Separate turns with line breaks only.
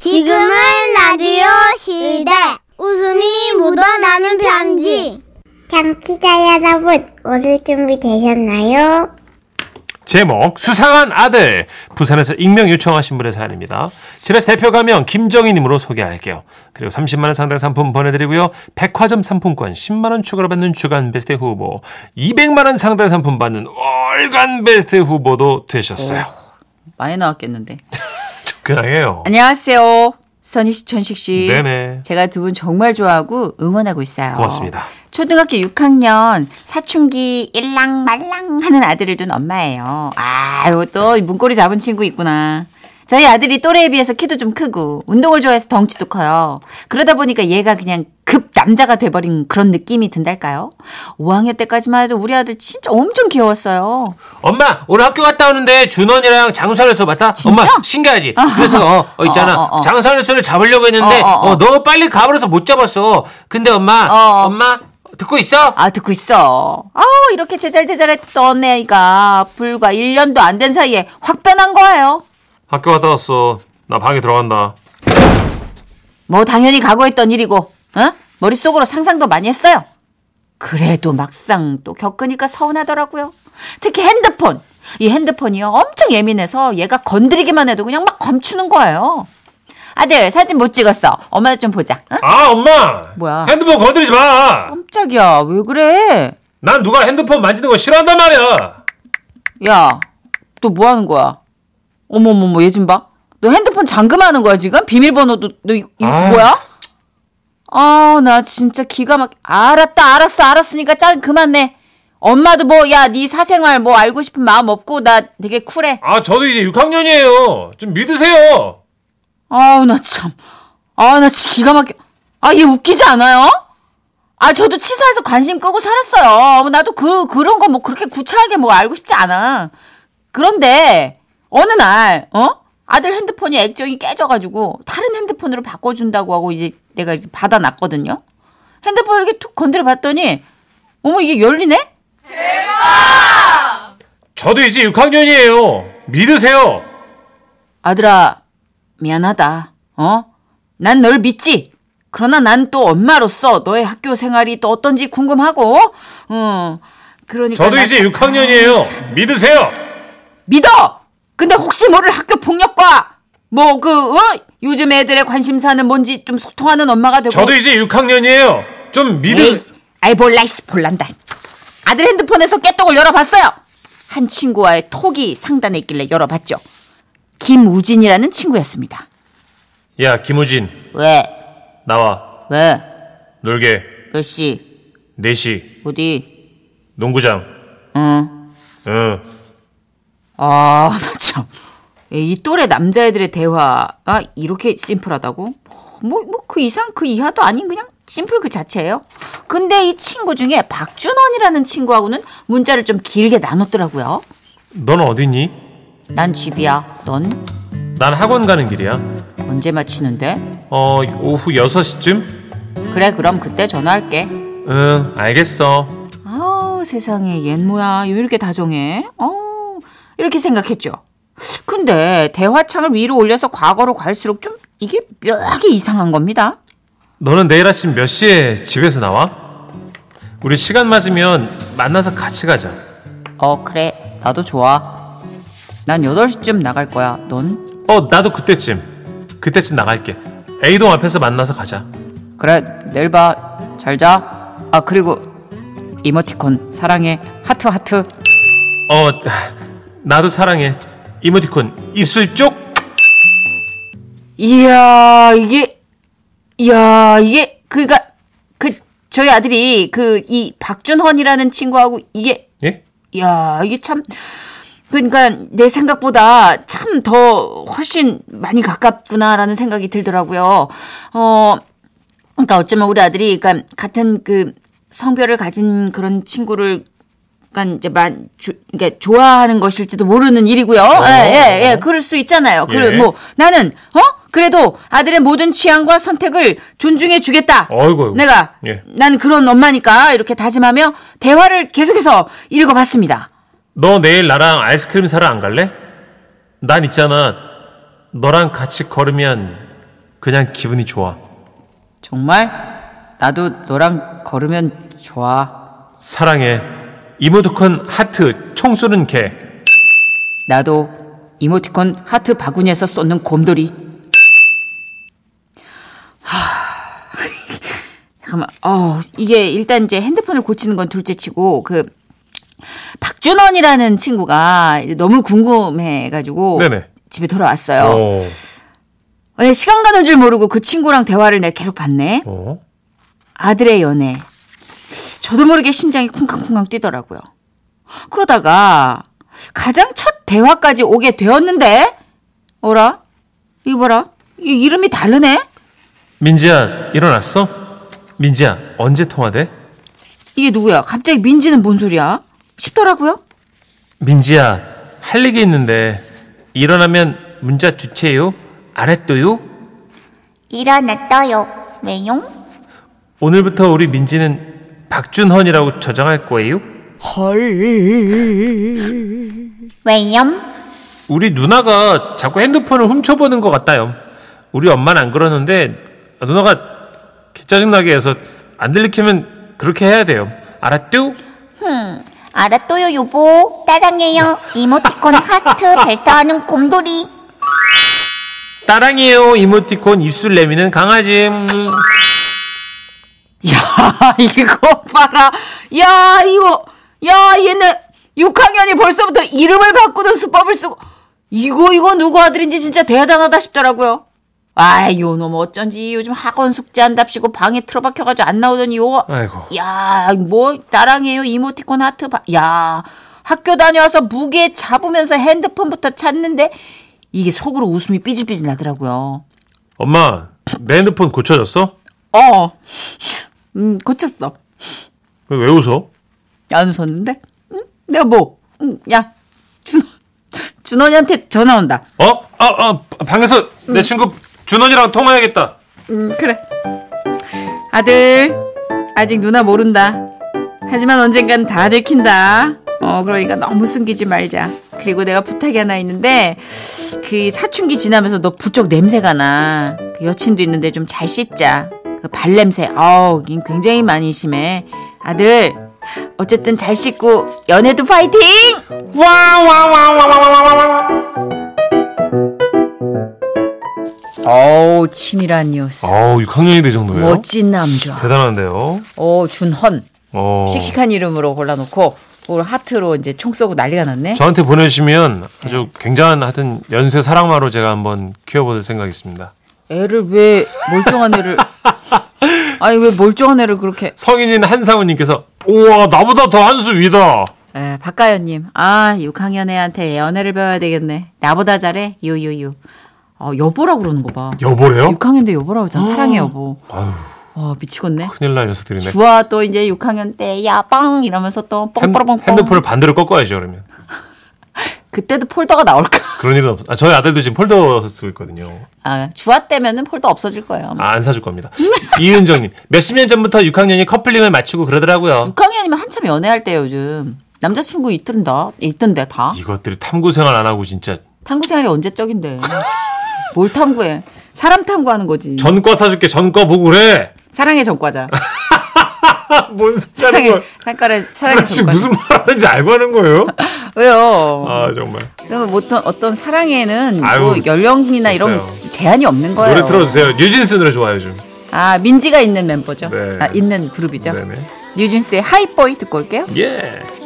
지금은 라디오 시대. 웃음이 묻어나는 편지. 참치자 여러분, 오늘 준비 되셨나요?
제목 수상한 아들 부산에서 익명 요청하신 분의 사연입니다. 지라스 대표 가명 김정희님으로 소개할게요. 그리고 30만 원 상당 상품 보내드리고요. 백화점 상품권 10만 원 추가로 받는 주간 베스트 후보, 200만 원 상당 상품 받는 월간 베스트 후보도 되셨어요.
많이 나왔겠는데.
그래요.
안녕하세요. 선희 씨, 천식 씨.
네네.
제가 두 분 정말 좋아하고 응원하고 있어요.
고맙습니다.
초등학교 6학년 사춘기 일랑말랑 하는 아들을 둔 엄마예요. 아유, 또 문고리 잡은 친구 있구나. 저희 아들이 또래에 비해서 키도 좀 크고 운동을 좋아해서 덩치도 커요. 그러다 보니까 얘가 그냥 급 남자가 돼버린 그런 느낌이 든달까요? 5학년 때까지만 해도 우리 아들 진짜 엄청 귀여웠어요.
엄마 오늘 학교 갔다 오는데 준원이랑 장산에서 봤다. 엄마 신기하지. 그래서 어, 어, 있잖아
아. 어, 어, 어.
장산에서를 잡으려고 했는데
어, 어, 어.
어, 너 빨리 가버려서 못 잡았어. 근데 엄마
어, 어.
엄마 듣고 있어?
아, 듣고 있어. 아우, 이렇게 제잘제잘했던 애가 불과 1년도 안 된 사이에 확 변한 거예요.
학교 갔다 왔어. 나 방에 들어간다.
뭐, 당연히 각오했던 일이고, 어? 머릿속으로 상상도 많이 했어요. 그래도 막상 또 겪으니까 서운하더라고요. 특히 핸드폰. 이 핸드폰이요. 엄청 예민해서 얘가 건드리기만 해도 그냥 막 감추는 거예요. 아들, 사진 못 찍었어. 엄마 좀 보자. 어?
아 엄마.
뭐야?
핸드폰 건드리지 마.
깜짝이야. 왜 그래?
난 누가 핸드폰 만지는 거 싫어한단 말이야.
야, 너 뭐 하는 거야? 어머머머, 얘 좀 봐. 너 핸드폰 잠금하는 거야, 지금? 비밀번호도, 너, 이, 거
아.
뭐야? 아, 나 진짜 기가 막, 알았다, 알았어, 알았으니까 짠, 그만 내. 엄마도 뭐, 야, 네 사생활 뭐 알고 싶은 마음 없고, 나 되게 쿨해.
아 저도 이제 6학년이에요. 좀 믿으세요.
아우, 나 참. 아, 나 진짜 기가 막혀. 아, 얘 웃기지 않아요? 아, 저도 치사해서 관심 끄고 살았어요. 나도 그, 그런 거 뭐 그렇게 구차하게 뭐 알고 싶지 않아. 그런데, 어느 날, 어? 아들 핸드폰이 액정이 깨져가지고, 다른 핸드폰으로 바꿔준다고 하고, 이제 내가 이제 받아놨거든요? 핸드폰을 이렇게 툭 건드려 봤더니, 어머, 이게 열리네?
저도 이제 6학년이에요. 믿으세요.
아들아, 미안하다. 어? 난 널 믿지. 그러나 난 또 엄마로서 너의 학교 생활이 또 어떤지 궁금하고, 어, 그러니까.
저도
나-
이제 6학년이에요. 믿으세요.
믿어! 근데 혹시 모를 학교 폭력과, 뭐, 그, 어? 요즘 애들의 관심사는 뭔지 좀 소통하는 엄마가 되고.
저도 이제 6학년이에요. 좀 믿으.
에이, 아이 몰라 이씨 볼란다. 아들 핸드폰에서 깨똑을 열어봤어요. 한 친구와의 톡이 상단에 있길래 열어봤죠. 김우진이라는 친구였습니다.
야 김우진
왜?
나와
왜?
놀게
몇 시?
4시
어디?
농구장.
응.
응.
아, 나 참. 예, 이 또래 남자애들의 대화가 이렇게 심플하다고? 뭐, 뭐, 그 이상, 그 이하도 아닌 그냥 심플 그 자체예요. 근데 이 친구 중에 박준원이라는 친구하고는 문자를 좀 길게 나눴더라고요.
넌 어디니?
난 집이야. 넌
난 학원 가는 길이야.
언제 마치는데?
어 오후 6시쯤?
그래, 그럼 그때 전화할게.
응 알겠어.
아우 세상에 얜 뭐야 왜 이렇게 다정해 어 이렇게 생각했죠 근데 대화창을 위로 올려서 과거로 갈수록 좀 이게 묘하게 이상한 겁니다
너는 내일 아침 몇 시에 집에서 나와? 우리 시간 맞으면 만나서 같이 가자.
어 그래 나도 좋아 난 8시쯤 나갈 거야 넌
어 나도 그때쯤 그때쯤 나갈게. A동 앞에서 만나서 가자.
그래 내일 봐잘자아 그리고 이모티콘 사랑해 하트 하트
어 나도 사랑해. 이모티콘 입술 쪽.
이야 이게 이야 이게 그니까 그 저희 아들이 그 이 박준헌이라는 친구하고 이게
예?
야 이게 참 그러니까 내 생각보다 참 더 훨씬 많이 가깝구나라는 생각이 들더라고요. 어 그러니까 어쩌면 우리 아들이 그러니까 같은 그 성별을 가진 그런 친구를 그러니까 이제 만 주, 그러니까 좋아하는 것일지도 모르는 일이고요. 예예 예, 예. 그럴 수 있잖아요.
어. 예.
그래 뭐 나는 어 그래도 아들의 모든 취향과 선택을 존중해 주겠다.
어이구, 어이구.
내가
예.
난 그런 엄마니까 이렇게 다짐하며 대화를 계속해서 읽어봤습니다.
너 내일 나랑 아이스크림 사러 안 갈래? 난 있잖아. 너랑 같이 걸으면 그냥 기분이 좋아.
정말? 나도 너랑 걸으면 좋아.
사랑해. 이모티콘 하트 총 쏘는 개.
나도 이모티콘 하트 바구니에서 쏟는 곰돌이. 하... 잠깐만, 어, 이게 일단 이제 핸드폰을 고치는 건 둘째 치고, 그, 박준원이라는 친구가 이제 너무 궁금해가지고
네네.
집에 돌아왔어요.
어.
네, 시간 가는 줄 모르고 그 친구랑 대화를 내가 계속 봤네.
어.
아들의 연애. 저도 모르게 심장이 쿵쾅쿵쾅 뛰더라고요. 그러다가 가장 첫 대화까지 오게 되었는데, 어라? 이거 봐라. 이 이름이 다르네?
민지야, 일어났어? 민지야, 언제 통화돼?
이게 누구야? 갑자기 민지는 뭔 소리야? 싶더라고요.
민지야, 할 얘기 있는데 일어나면 문자 주체요? 알았도요?
일어났어요. 왜용?
오늘부터 우리 민지는 박준헌이라고 저장할 거예요?
왜염?
우리 누나가 자꾸 핸드폰을 훔쳐보는 것 같아요. 우리 엄마는 안 그러는데 누나가 개 짜증나게 해서 안 들리키면 그렇게 해야 돼요. 알았죠?
흠, 알았어요, 여보. 따랑해요. 이모티콘 하트 발사하는 곰돌이.
따랑이에요. 이모티콘 입술 내미는 강아지. 음.
야, 이거 봐라. 야, 이거. 야, 얘네 6학년이 벌써부터 이름을 바꾸는 수법을 쓰고. 이거, 이거 누구 아들인지 진짜 대단하다 싶더라고요. 아이, 요 놈 어쩐지 요즘 학원 숙제한답시고 방에 틀어박혀가지고 안 나오더니 요.
아이고.
야, 뭐, 따랑해요. 이모티콘 하트. 바... 야, 학교 다녀와서 무게 잡으면서 핸드폰부터 찾는데 이게 속으로 웃음이 삐질삐질 나더라고요.
엄마, 내 핸드폰 고쳐졌어?
어, 음, 고쳤어.
왜 웃어?
안 웃었는데? 응? 내가 뭐? 응, 야, 준원, 준원이한테 전화 온다.
어? 어, 어, 방에서 내 친구 준원이랑 통화해야겠다.
음, 그래. 아들, 아직 누나 모른다. 하지만 언젠간 다 들킨다. 어, 그러니까 너무 숨기지 말자. 그리고 내가 부탁이 하나 있는데, 그 사춘기 지나면서 너 부쩍 냄새가 나. 그 여친도 있는데 좀 잘 씻자. 그 발냄새, 아우, 이 굉장히 많이 심해. 아들, 어쨌든 잘 씻고, 연애도 파이팅! 어우, 치밀한 뉴스.
아우, 6학년이 될 정도예요?
멋진 남자.
대단한데요.
오, 준헌.
어.
씩씩한 이름으로 골라놓고 오늘 하트로 이제 총 쏘고 난리가 났네.
저한테 보내주시면 아주
네.
굉장한 하여튼 연쇄 사랑마로 제가 한번 키워볼 생각이 있습니다.
애를 왜 멀쩡한 애를 아니 왜 멀쩡한 애를 그렇게
성인인 한상우님께서 우와 나보다 더 한 수 위다.
에, 박가연님 아 6학년 애한테 연애를 배워야 되겠네. 나보다 잘해 유유유. 어 여보라 그러는 거 봐.
여보래요?
6학년 때 여보라고 하잖아. 사랑해 여보.
아유
와 미치겠네.
큰일 날 녀석들이네.
주아 또 이제 6학년 때 야빵 이러면서 또
핸-
뻥뻥뻥뻥.
핸드폰을 반대로 꺾어야죠 그러면.
그때도 폴더가 나올까?
그런 일은 없. 아, 저희 아들도 지금 폴더 쓰고 있거든요.
아 주아 때면은 폴더 없어질 거예요. 아마.
아, 안 사줄 겁니다. 이은정님 몇십 년 전부터 6학년이 커플링을 맞추고 그러더라고요.
6학년이면 한참 연애할 때 요즘 남자친구 있던다 있던데 다
이것들이 탐구 생활 안 하고 진짜
탐구 생활이 언제적인데 뭘 탐구해 사람 탐구하는 거지
전과 사줄게 전과 보고 그래. 아,
사랑의 전과자
뭔 소리 하는
사랑의
거야?
사랑의
나
사랑의
지금
전과자
무슨 말 하는지 알고 하는 거예요?
왜요
아 정말.
그리고 뭐 어떤 어떤 사랑에는
아유,
뭐 연령이나
글쎄요.
이런 제한이 없는 거예요
노래 틀어주세요. 뉴진스 노래 좋아요 요즘.
아 민지가 있는 멤버죠
네.
아 있는 그룹이죠
네네.
뉴진스의 하이보이 듣고 올게요
예.